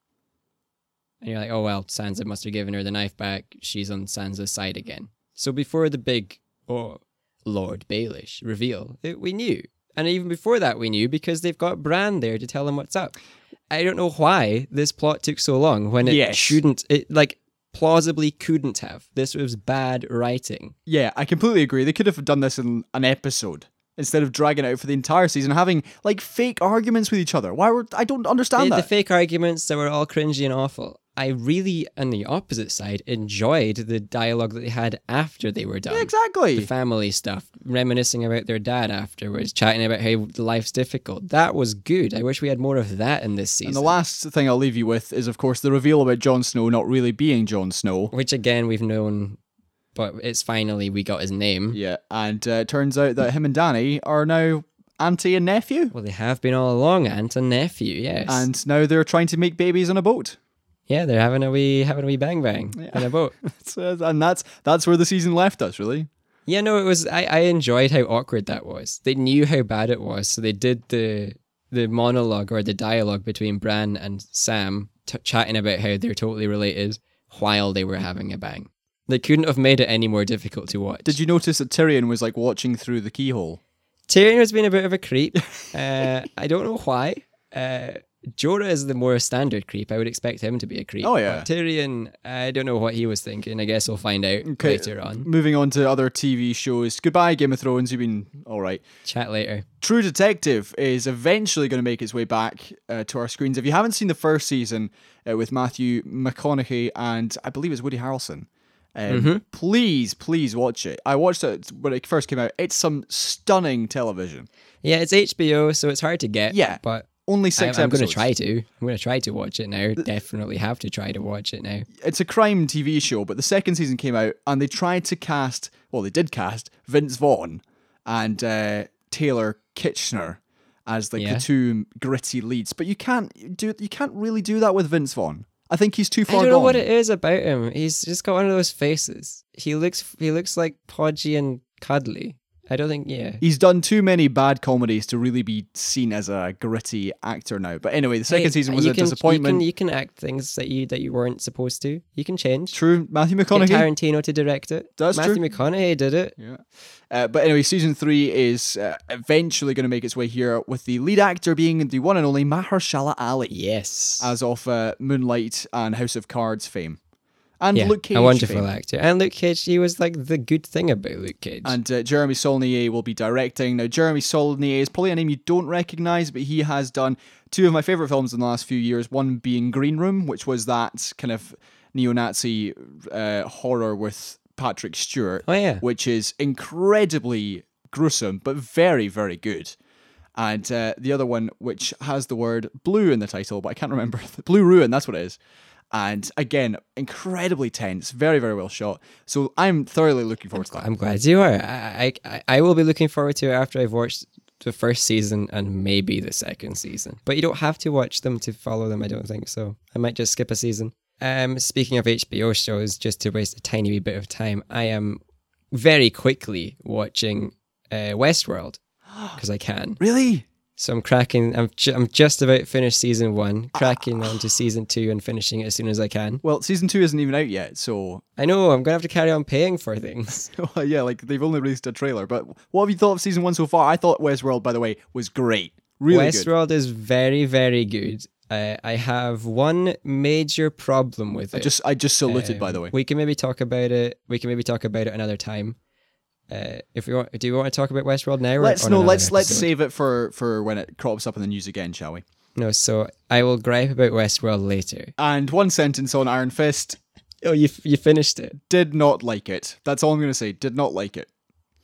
[SPEAKER 1] And you're like, oh, well, Sansa must have given her the knife back. She's on Sansa's side again. So before the big, oh, Lord Baelish reveal, it, we knew. And even before that, we knew because they've got Bran there to tell them what's up. I don't know why this plot took so long when it
[SPEAKER 2] Yes.
[SPEAKER 1] shouldn't, it like plausibly couldn't have. This was bad writing.
[SPEAKER 2] Yeah, I completely agree. They could have done this in an episode instead of dragging it out for the entire season, having like fake arguments with each other. Why were I don't
[SPEAKER 1] The,
[SPEAKER 2] understand
[SPEAKER 1] the
[SPEAKER 2] that?
[SPEAKER 1] fake arguments that were all cringy and awful. I really, on the opposite side, enjoyed the dialogue that they had after they were done.
[SPEAKER 2] Yeah, exactly.
[SPEAKER 1] The family stuff, reminiscing about their dad afterwards, chatting about how life's difficult. That was good. I wish we had more of that in this season.
[SPEAKER 2] and the last thing I'll leave you with is, of course, the reveal about Jon Snow not really being Jon Snow.
[SPEAKER 1] Which again we've known, but it's finally we got his name.
[SPEAKER 2] Yeah, and uh, it turns out that him and Danny are now auntie and nephew,
[SPEAKER 1] Well, they have been all along, aunt and nephew. Yes.
[SPEAKER 2] and now they're trying to make babies on a boat.
[SPEAKER 1] yeah, they're having a wee having a wee bang bang in a boat.
[SPEAKER 2] So, and that's that's where the season left us, really.
[SPEAKER 1] Yeah, no, it was. I, I enjoyed how awkward that was. They knew how bad it was, so they did the the monologue or the dialogue between Bran and Sam t- chatting about how they're totally related while they were having a bang. They couldn't have made it any more difficult to watch.
[SPEAKER 2] Did you notice that Tyrion was like watching through the keyhole?
[SPEAKER 1] Tyrion has been a bit of a creep. Uh, I don't know why. Uh, Jorah is the more standard creep. I would expect him to be a creep.
[SPEAKER 2] Oh, yeah.
[SPEAKER 1] But Tyrion, I don't know what he was thinking. I guess we'll find out later on.
[SPEAKER 2] Moving on to other TV shows. Goodbye, Game of Thrones. You've been all right.
[SPEAKER 1] Chat later.
[SPEAKER 2] True Detective is eventually going to make its way back uh, to our screens. If you haven't seen the first season uh, with Matthew McConaughey and I believe it's Woody Harrelson, um,
[SPEAKER 1] Mm-hmm.
[SPEAKER 2] please, please watch it. I watched it when it first came out. It's some stunning television.
[SPEAKER 1] Yeah, it's HBO, so it's hard to get.
[SPEAKER 2] Yeah.
[SPEAKER 1] but
[SPEAKER 2] Only 6
[SPEAKER 1] I, I'm going
[SPEAKER 2] episodes.
[SPEAKER 1] to try to. I'm going to try to watch it now. Definitely have to try to watch it now.
[SPEAKER 2] It's a crime TV show, but the second season came out and they tried to cast, well, they did cast Vince Vaughn and uh, Taylor Kitchener as like
[SPEAKER 1] Yeah.
[SPEAKER 2] the two gritty leads. But you can't do you can't really do that with Vince Vaughn. I think he's too
[SPEAKER 1] I
[SPEAKER 2] far
[SPEAKER 1] don't know
[SPEAKER 2] gone.
[SPEAKER 1] what it is about him. He's just got one of those faces. He looks he looks like podgy and cuddly. I don't think yeah.
[SPEAKER 2] He's done too many bad comedies to really be seen as a gritty actor now. But anyway, the second
[SPEAKER 1] Hey,
[SPEAKER 2] season was
[SPEAKER 1] you
[SPEAKER 2] a
[SPEAKER 1] can-
[SPEAKER 2] disappointment.
[SPEAKER 1] You can, you can act things that you that you weren't supposed to. You can change.
[SPEAKER 2] True, Matthew
[SPEAKER 1] Get
[SPEAKER 2] McConaughey.
[SPEAKER 1] Tarantino to direct it.
[SPEAKER 2] That's
[SPEAKER 1] Matthew
[SPEAKER 2] true.
[SPEAKER 1] McConaughey did it.
[SPEAKER 2] Uh, but anyway, season three is uh, eventually going to make its way here, with the lead actor being the one and only Mahershala Ali,
[SPEAKER 1] Yes.
[SPEAKER 2] as of uh, Moonlight and House of Cards fame. And Luke Cage.
[SPEAKER 1] a wonderful
[SPEAKER 2] fame.
[SPEAKER 1] actor. And Luke Cage, he was like the good thing about Luke Cage.
[SPEAKER 2] And uh, Jeremy Saulnier will be directing. Now, Jeremy Saulnier is probably a name you don't recognise, but he has done two of my favourite films in the last few years. One being Green Room, which was that kind of neo Nazi uh, horror with Patrick Stewart.
[SPEAKER 1] Oh, yeah.
[SPEAKER 2] Which is incredibly gruesome, but very, very good. And uh, the other one, which has the word blue in the title, but I can't remember. blue Ruin, that's what it is. And again, incredibly tense, very, very well shot. So I'm thoroughly looking forward to that.
[SPEAKER 1] I'm glad you are. I, I I will be looking forward to it after I've watched the first season and maybe the second season. But you don't have to watch them to follow them. I don't think so. I might just skip a season. Um, speaking of HBO shows, just to waste a tiny wee bit of time, I am very quickly watching uh, Westworld because I can.
[SPEAKER 2] Really?
[SPEAKER 1] So I'm cracking. I'm ju- I'm just about finished season one, cracking onto season two, and finishing it as soon as I can.
[SPEAKER 2] Well, season two isn't even out yet, so
[SPEAKER 1] I know I'm gonna have to carry on paying for things.
[SPEAKER 2] Well, yeah, like they've only released a trailer. But what have you thought of season one so far? I thought Westworld, by the way, was great. Really good.
[SPEAKER 1] Westworld is very, very good. Uh, I have one major problem with
[SPEAKER 2] I
[SPEAKER 1] it.
[SPEAKER 2] Uh, just, I just saluted, by the way.
[SPEAKER 1] Um, we can maybe talk about it. We can maybe talk about it another time. Uh, if we want, do we want to talk about Westworld now? or
[SPEAKER 2] Let's
[SPEAKER 1] on
[SPEAKER 2] no,
[SPEAKER 1] another
[SPEAKER 2] let's let's
[SPEAKER 1] episode?
[SPEAKER 2] save it for for when it crops up in the news again, shall we?
[SPEAKER 1] No, so I will gripe about Westworld later.
[SPEAKER 2] And one sentence on Iron Fist.
[SPEAKER 1] Oh, you you finished it.
[SPEAKER 2] Did not like it. That's all I'm going to say. Did not like it.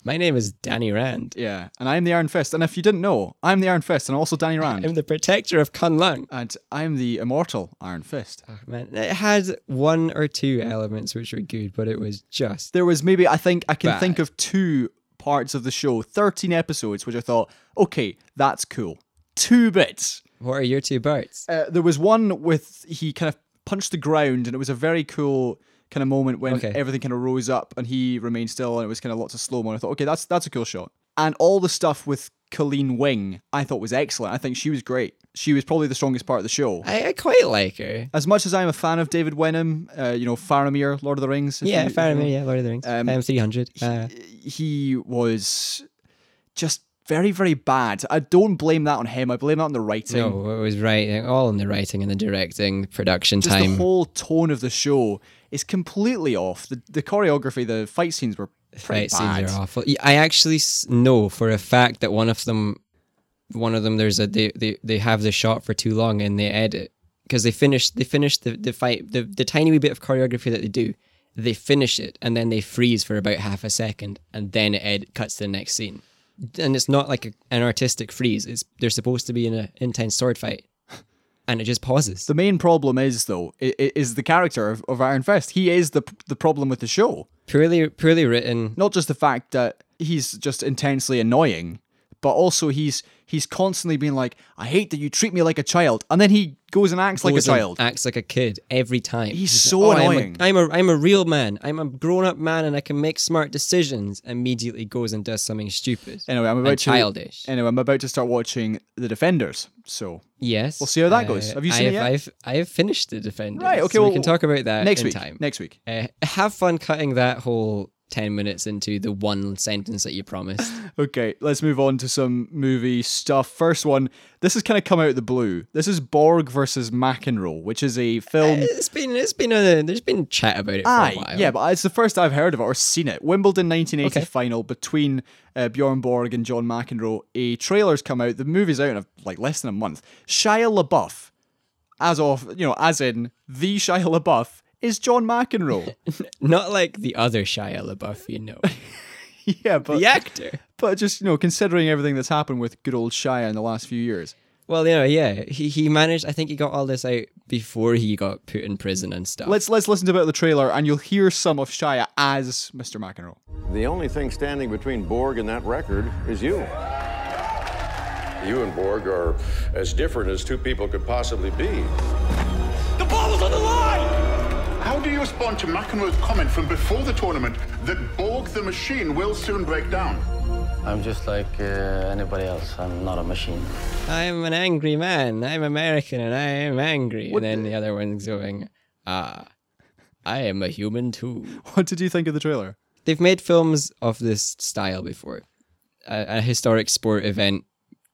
[SPEAKER 1] My name is Danny Rand.
[SPEAKER 2] Yeah, and I'm the Iron Fist. And if you didn't know, I'm the Iron Fist, and also Danny Rand,
[SPEAKER 1] I'm the protector of Kun Lung.
[SPEAKER 2] and I'm the immortal Iron Fist.
[SPEAKER 1] Man, it had one or two elements which were good, but it was just
[SPEAKER 2] there was maybe I think I can
[SPEAKER 1] Bad.
[SPEAKER 2] think of two parts of the show, thirteen episodes, which I thought, okay, that's cool. Two bits.
[SPEAKER 1] what are your two parts?
[SPEAKER 2] Uh, there was one with he kind of punched the ground, and it was a very cool kind of moment when
[SPEAKER 1] Okay.
[SPEAKER 2] everything kind of rose up and he remained still, and it was kind of lots of slow mo. And I thought, okay, that's that's a cool shot. And all the stuff with Colleen Wing, I thought was excellent. I think she was great. She was probably the strongest part of the show.
[SPEAKER 1] I, I quite like her.
[SPEAKER 2] As much as I'm a fan of David Wenham, uh, you know Faramir, Lord of the Rings. if
[SPEAKER 1] Yeah,
[SPEAKER 2] you- if
[SPEAKER 1] fair
[SPEAKER 2] you-
[SPEAKER 1] enough. Yeah, Lord of the Rings.
[SPEAKER 2] Mm-hmm. Um,
[SPEAKER 1] Um, 300. Uh,
[SPEAKER 2] he was just very, very bad. I don't blame that on him. I blame that on the writing.
[SPEAKER 1] No, Oh, it was writing, all in the writing and the directing, production
[SPEAKER 2] just
[SPEAKER 1] time.
[SPEAKER 2] the whole tone of the show is completely off. The, the choreography, the fight scenes were pretty
[SPEAKER 1] Fight
[SPEAKER 2] bad.
[SPEAKER 1] scenes are awful. Yeah, I actually s- know for a fact that one of them, one of them, there's a they they, they have the shot for too long and they edit because they finish they finish the the fight the the tiny wee bit of choreography that they do, they finish it and then they freeze for about half a second and then it ed- cuts to the next scene, and it's not like a, an artistic freeze. It's they're supposed to be in an intense sword fight, and it just pauses.
[SPEAKER 2] The main problem is though i- i- is the character of, of Iron Fist. He is the the problem with the show.
[SPEAKER 1] Poorly poorly written.
[SPEAKER 2] Not just the fact that he's just intensely annoying, but also he's he's constantly being like, "I hate that you treat me like a child," and then he goes and acts like a
[SPEAKER 1] goes and
[SPEAKER 2] child.
[SPEAKER 1] acts like a kid every time.
[SPEAKER 2] He's
[SPEAKER 1] just
[SPEAKER 2] so
[SPEAKER 1] like, "Oh,
[SPEAKER 2] annoying."
[SPEAKER 1] I'm a, I'm a I'm a real man. I'm a grown up man, and I can make smart decisions. Immediately goes and does something stupid.
[SPEAKER 2] Anyway, I'm
[SPEAKER 1] and
[SPEAKER 2] about to
[SPEAKER 1] childish.
[SPEAKER 2] Anyway, I'm about to start watching The Defenders. So
[SPEAKER 1] yes, Uh,
[SPEAKER 2] We'll see how that goes. Have you seen
[SPEAKER 1] I
[SPEAKER 2] it yet?
[SPEAKER 1] I've I've finished the defender.
[SPEAKER 2] right, okay,
[SPEAKER 1] so
[SPEAKER 2] well
[SPEAKER 1] we can talk about that
[SPEAKER 2] next
[SPEAKER 1] in
[SPEAKER 2] week.
[SPEAKER 1] Time.
[SPEAKER 2] Next week.
[SPEAKER 1] Uh, have fun cutting that whole ten minutes into the one sentence that you promised.
[SPEAKER 2] Okay, let's move on to some movie stuff. First one. This has kind of come out of the blue. This is Borg versus McEnroe, which is a film.
[SPEAKER 1] it's been it's been a, there's been chat about it for a
[SPEAKER 2] Um, Aye,
[SPEAKER 1] while.
[SPEAKER 2] yeah, but it's the first I've heard of it or seen it. Wimbledon 1980
[SPEAKER 1] Okay.
[SPEAKER 2] final between uh, Bjorn Borg and John McEnroe. A trailer's come out. The movie's out in like less than a month. Shia LaBeouf, as of you know, as in the Shia LaBeouf, is John McEnroe.
[SPEAKER 1] not like the other Shia LaBeouf, you know,
[SPEAKER 2] yeah, but
[SPEAKER 1] the actor.
[SPEAKER 2] But just, you know, considering everything that's happened with good old Shia in the last few years.
[SPEAKER 1] Well, you know, yeah, he he managed. I think he got all this out before he got put in prison and stuff.
[SPEAKER 2] Let's let's listen to a bit of the trailer and you'll hear some of Shia as Mr. McEnroe.
[SPEAKER 12] The only thing standing between Borg and that record is you. You and Borg are as different as two people could possibly be.
[SPEAKER 13] The ball was on the line! How do you respond to McEnroe's comment from before the tournament that Borg the machine will soon break down?
[SPEAKER 14] I'm just like uh, anybody else. I'm not a machine.
[SPEAKER 1] I'm an angry man. I'm American and I am angry. and then the other one's going, ah, I am a human too.
[SPEAKER 2] What did you think of the trailer?
[SPEAKER 1] They've made films of this style before. A, a historic sport event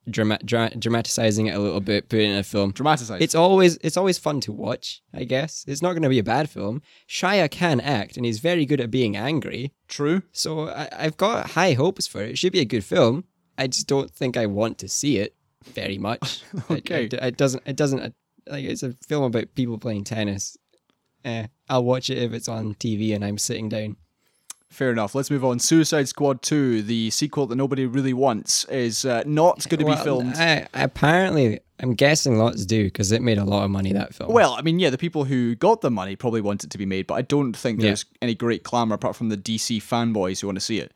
[SPEAKER 1] drama- dra- dramatizing it a little bit, putting it in a film.
[SPEAKER 2] Dramatizing.
[SPEAKER 1] It's always it's always fun to watch. I guess it's not going to be a bad film. Shia can act, and he's very good at being angry.
[SPEAKER 2] True.
[SPEAKER 1] So I, I've got high hopes for it. It should be a good film. I just don't think I want to see it very much. I- I
[SPEAKER 2] Okay.
[SPEAKER 1] d- it doesn't. It doesn't. uh, Like it's a film about people playing tennis. Eh, I'll watch it if it's on TV and I'm sitting down.
[SPEAKER 2] Fair enough. Let's move on. Suicide Squad 2, the sequel that nobody really wants, is uh, not going to
[SPEAKER 1] Well,
[SPEAKER 2] be filmed.
[SPEAKER 1] I, apparently, I'm guessing lots do because it made a lot of money that film.
[SPEAKER 2] Well, I mean, yeah, the people who got the money probably want it to be made, but I don't think
[SPEAKER 1] Yeah.
[SPEAKER 2] there's any great clamour apart from the DC fanboys who want to see it.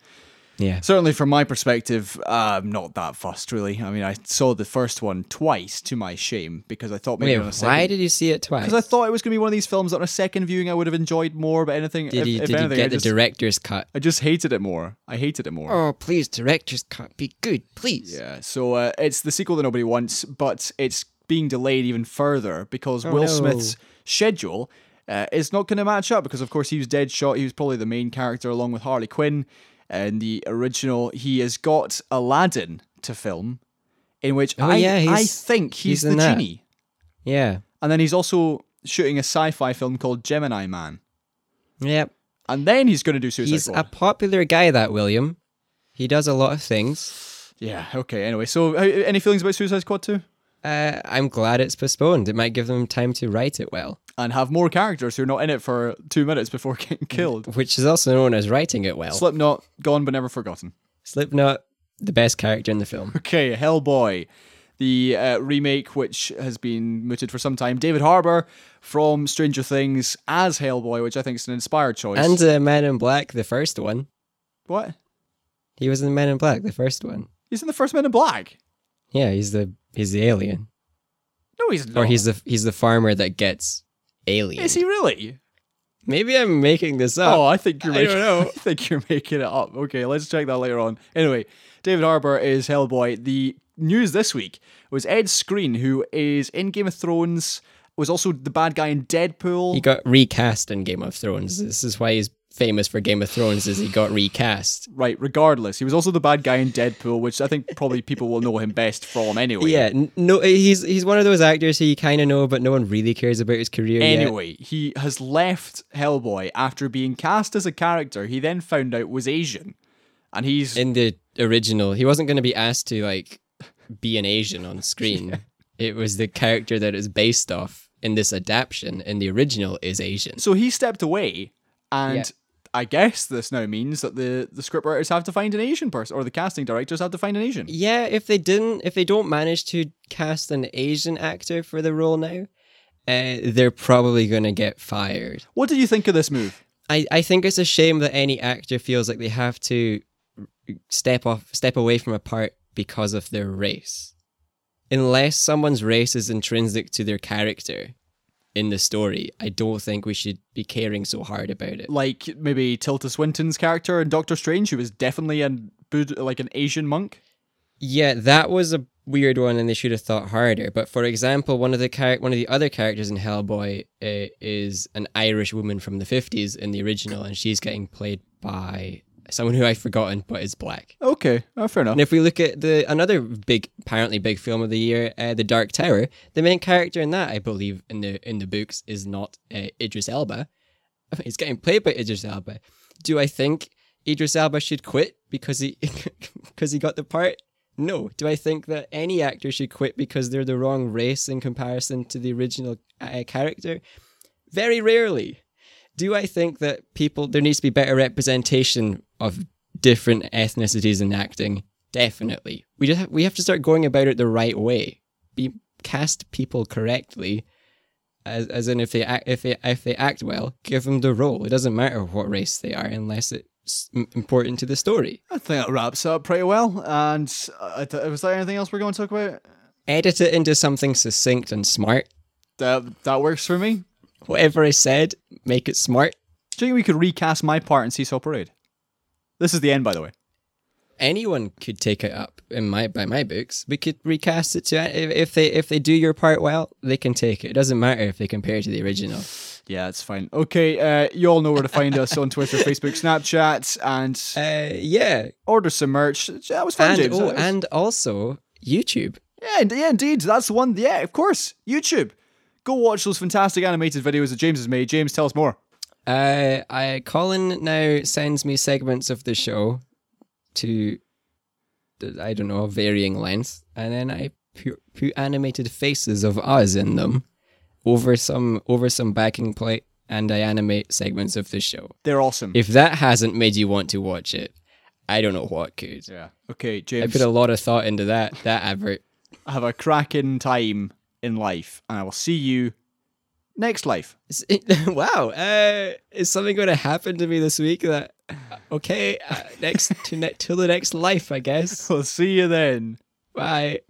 [SPEAKER 1] Yeah.
[SPEAKER 2] Certainly from my perspective, I'm not that fussed, really. I mean, I saw the first one twice to my shame because I thought maybe
[SPEAKER 1] Wait,
[SPEAKER 2] on a
[SPEAKER 1] why
[SPEAKER 2] second.
[SPEAKER 1] did you see it twice?
[SPEAKER 2] Because I thought it was going to be one of these films that on a second viewing I would have enjoyed more, but anything.
[SPEAKER 1] Did
[SPEAKER 2] if,
[SPEAKER 1] you,
[SPEAKER 2] if
[SPEAKER 1] did you
[SPEAKER 2] anything, I
[SPEAKER 1] get
[SPEAKER 2] just-
[SPEAKER 1] the director's cut?
[SPEAKER 2] I just hated it more. I hated it more.
[SPEAKER 1] Oh, please, director's cut, be good, please.
[SPEAKER 2] Yeah, so uh, it's the sequel that nobody wants, but it's being delayed even further because
[SPEAKER 1] Oh,
[SPEAKER 2] Will
[SPEAKER 1] no.
[SPEAKER 2] Smith's schedule uh, is not going to match up because, of course, he was dead shot. He was probably the main character along with Harley Quinn and the original. He has got Aladdin to film, in which
[SPEAKER 1] Oh,
[SPEAKER 2] I,
[SPEAKER 1] yeah,
[SPEAKER 2] I
[SPEAKER 1] he's-
[SPEAKER 2] think
[SPEAKER 1] he's
[SPEAKER 2] he's, the
[SPEAKER 1] in that.
[SPEAKER 2] genie.
[SPEAKER 1] Yeah.
[SPEAKER 2] And then he's also shooting a sci fi film called Gemini Man.
[SPEAKER 1] Yep.
[SPEAKER 2] And then he's going to do Suicide
[SPEAKER 1] He's
[SPEAKER 2] Squad.
[SPEAKER 1] a popular guy, that William. He does a lot of things.
[SPEAKER 2] Yeah, okay, anyway. So, uh, any feelings about Suicide Squad 2?
[SPEAKER 1] Uh, I'm glad it's postponed. It might give them time to write it well,
[SPEAKER 2] And have more characters who are not in it for two minutes before getting killed.
[SPEAKER 1] which is also known as writing it Mm, well.
[SPEAKER 2] Slipknot, gone but never forgotten.
[SPEAKER 1] Slipknot, the best character in the film.
[SPEAKER 2] Okay, Hellboy, the uh, remake which has been mooted for some time. David Harbour from Stranger Things as Hellboy, which I think is an inspired choice.
[SPEAKER 1] And uh, Men in Black, the first one.
[SPEAKER 2] what?
[SPEAKER 1] He was in Men in Black, the first one.
[SPEAKER 2] He's in the first Men in Black.
[SPEAKER 1] Yeah, he's the he's the alien,
[SPEAKER 2] No, he's not.
[SPEAKER 1] or he's the he's the farmer that gets alien.
[SPEAKER 2] Is he really?
[SPEAKER 1] Maybe I'm making this up.
[SPEAKER 2] oh, I think you're
[SPEAKER 1] I
[SPEAKER 2] making.
[SPEAKER 1] don't know.
[SPEAKER 2] I think you're making it up. Okay, let's check that later on. Anyway, David Harbour is Hellboy. The news this week was Ed Screen, who is in Game of Thrones, was also the bad guy in Deadpool.
[SPEAKER 1] He got recast in Game of Thrones. This is why he's famous for Game of Thrones is he got recast.
[SPEAKER 2] Right, regardless. He was also the bad guy in Deadpool, which I think probably people will know him best from anyway.
[SPEAKER 1] Yeah, n- no eh, he's he's one of those actors who you kind of know but no one really cares about his career yet.
[SPEAKER 2] Anyway, he has left Hellboy after being cast as a character he then found out was Asian. And he's
[SPEAKER 1] In the original, he wasn't going to be asked to like be an Asian on screen. It was the character that it's based off in this adaptation in the original is Asian.
[SPEAKER 2] so he stepped away and
[SPEAKER 1] Yeah.
[SPEAKER 2] I guess this now means that the, the scriptwriters have to find an Asian person or the casting directors have to find an Asian.
[SPEAKER 1] Yeah, if they didn't, if they don't manage to cast an Asian actor for the role now, uh, they're probably going to get fired.
[SPEAKER 2] What did you think of this move?
[SPEAKER 1] I, I think it's a shame that any actor feels like they have to step off, step away from a part because of their race, unless someone's race is intrinsic to their character in the story. I don't think we should be caring so hard about it.
[SPEAKER 2] Like maybe Tilda Swinton's character in Doctor Strange, who was definitely an Bud- like an Asian monk.
[SPEAKER 1] Yeah, that was a weird one, and they should have thought harder. But for example, one of the char- one of the other characters in Hellboy uh, is an Irish woman from the fifties in the original, and she's getting played by someone who I've forgotten, but is black.
[SPEAKER 2] Okay, oh, fair enough.
[SPEAKER 1] And if we look at the another big, apparently big film of the year, uh, The Dark Tower, the main character in that, I believe, in the in the books, is not uh, Idris Elba. He's getting played by Idris Elba. Do I think Idris Elba should quit because he because he got the part? No. Do I think that any actor should quit because they're the wrong race in comparison to the original uh, character? Very rarely. Do I think that people there needs to be better representation of different ethnicities in acting? Definitely. We just have, we have to start going about it the right way. Be cast people correctly, as as in if they act if they if they act well, give them the role. It doesn't matter what race they are unless it's m- important to the story.
[SPEAKER 2] I think that wraps up pretty well. And uh, th- was there anything else we're going to talk about?
[SPEAKER 1] Edit it into something succinct and smart.
[SPEAKER 2] That that works for me.
[SPEAKER 1] Whatever I said, make it smart.
[SPEAKER 2] Do you think we could recast my part in Seesaw Parade? This is the end, by the way.
[SPEAKER 1] anyone could take it up in my by my books. We could recast it to if, if they if they do your part well, they can take it. It doesn't matter if they compare it to the original.
[SPEAKER 2] Yeah, that's fine. Okay, uh, you all know where to find us on Twitter, Facebook, Snapchat, and
[SPEAKER 1] uh, yeah,
[SPEAKER 2] order some merch. That was fun,
[SPEAKER 1] And
[SPEAKER 2] James.
[SPEAKER 1] oh,
[SPEAKER 2] That was-
[SPEAKER 1] and also YouTube.
[SPEAKER 2] Yeah, ind- yeah, indeed. That's the one. Yeah, of course. YouTube. Go watch those fantastic animated videos that James has made. James, tell us more.
[SPEAKER 1] Uh, I Colin now sends me segments of the show to I don't know varying lengths, and then I pu- put animated faces of us in them over some over some backing plate, and I animate segments of the show.
[SPEAKER 2] They're awesome.
[SPEAKER 1] If that hasn't made you want to watch it, I don't know what could.
[SPEAKER 2] Yeah. Okay, James.
[SPEAKER 1] I put a lot of thought into that that advert.
[SPEAKER 2] Have a cracking time in life, and I will see you next life.
[SPEAKER 1] Is it- wow, uh, is something going to happen to me this week? That uh, okay, uh, next to ne- till the next life, I guess.
[SPEAKER 2] We'll see you then.
[SPEAKER 1] Bye.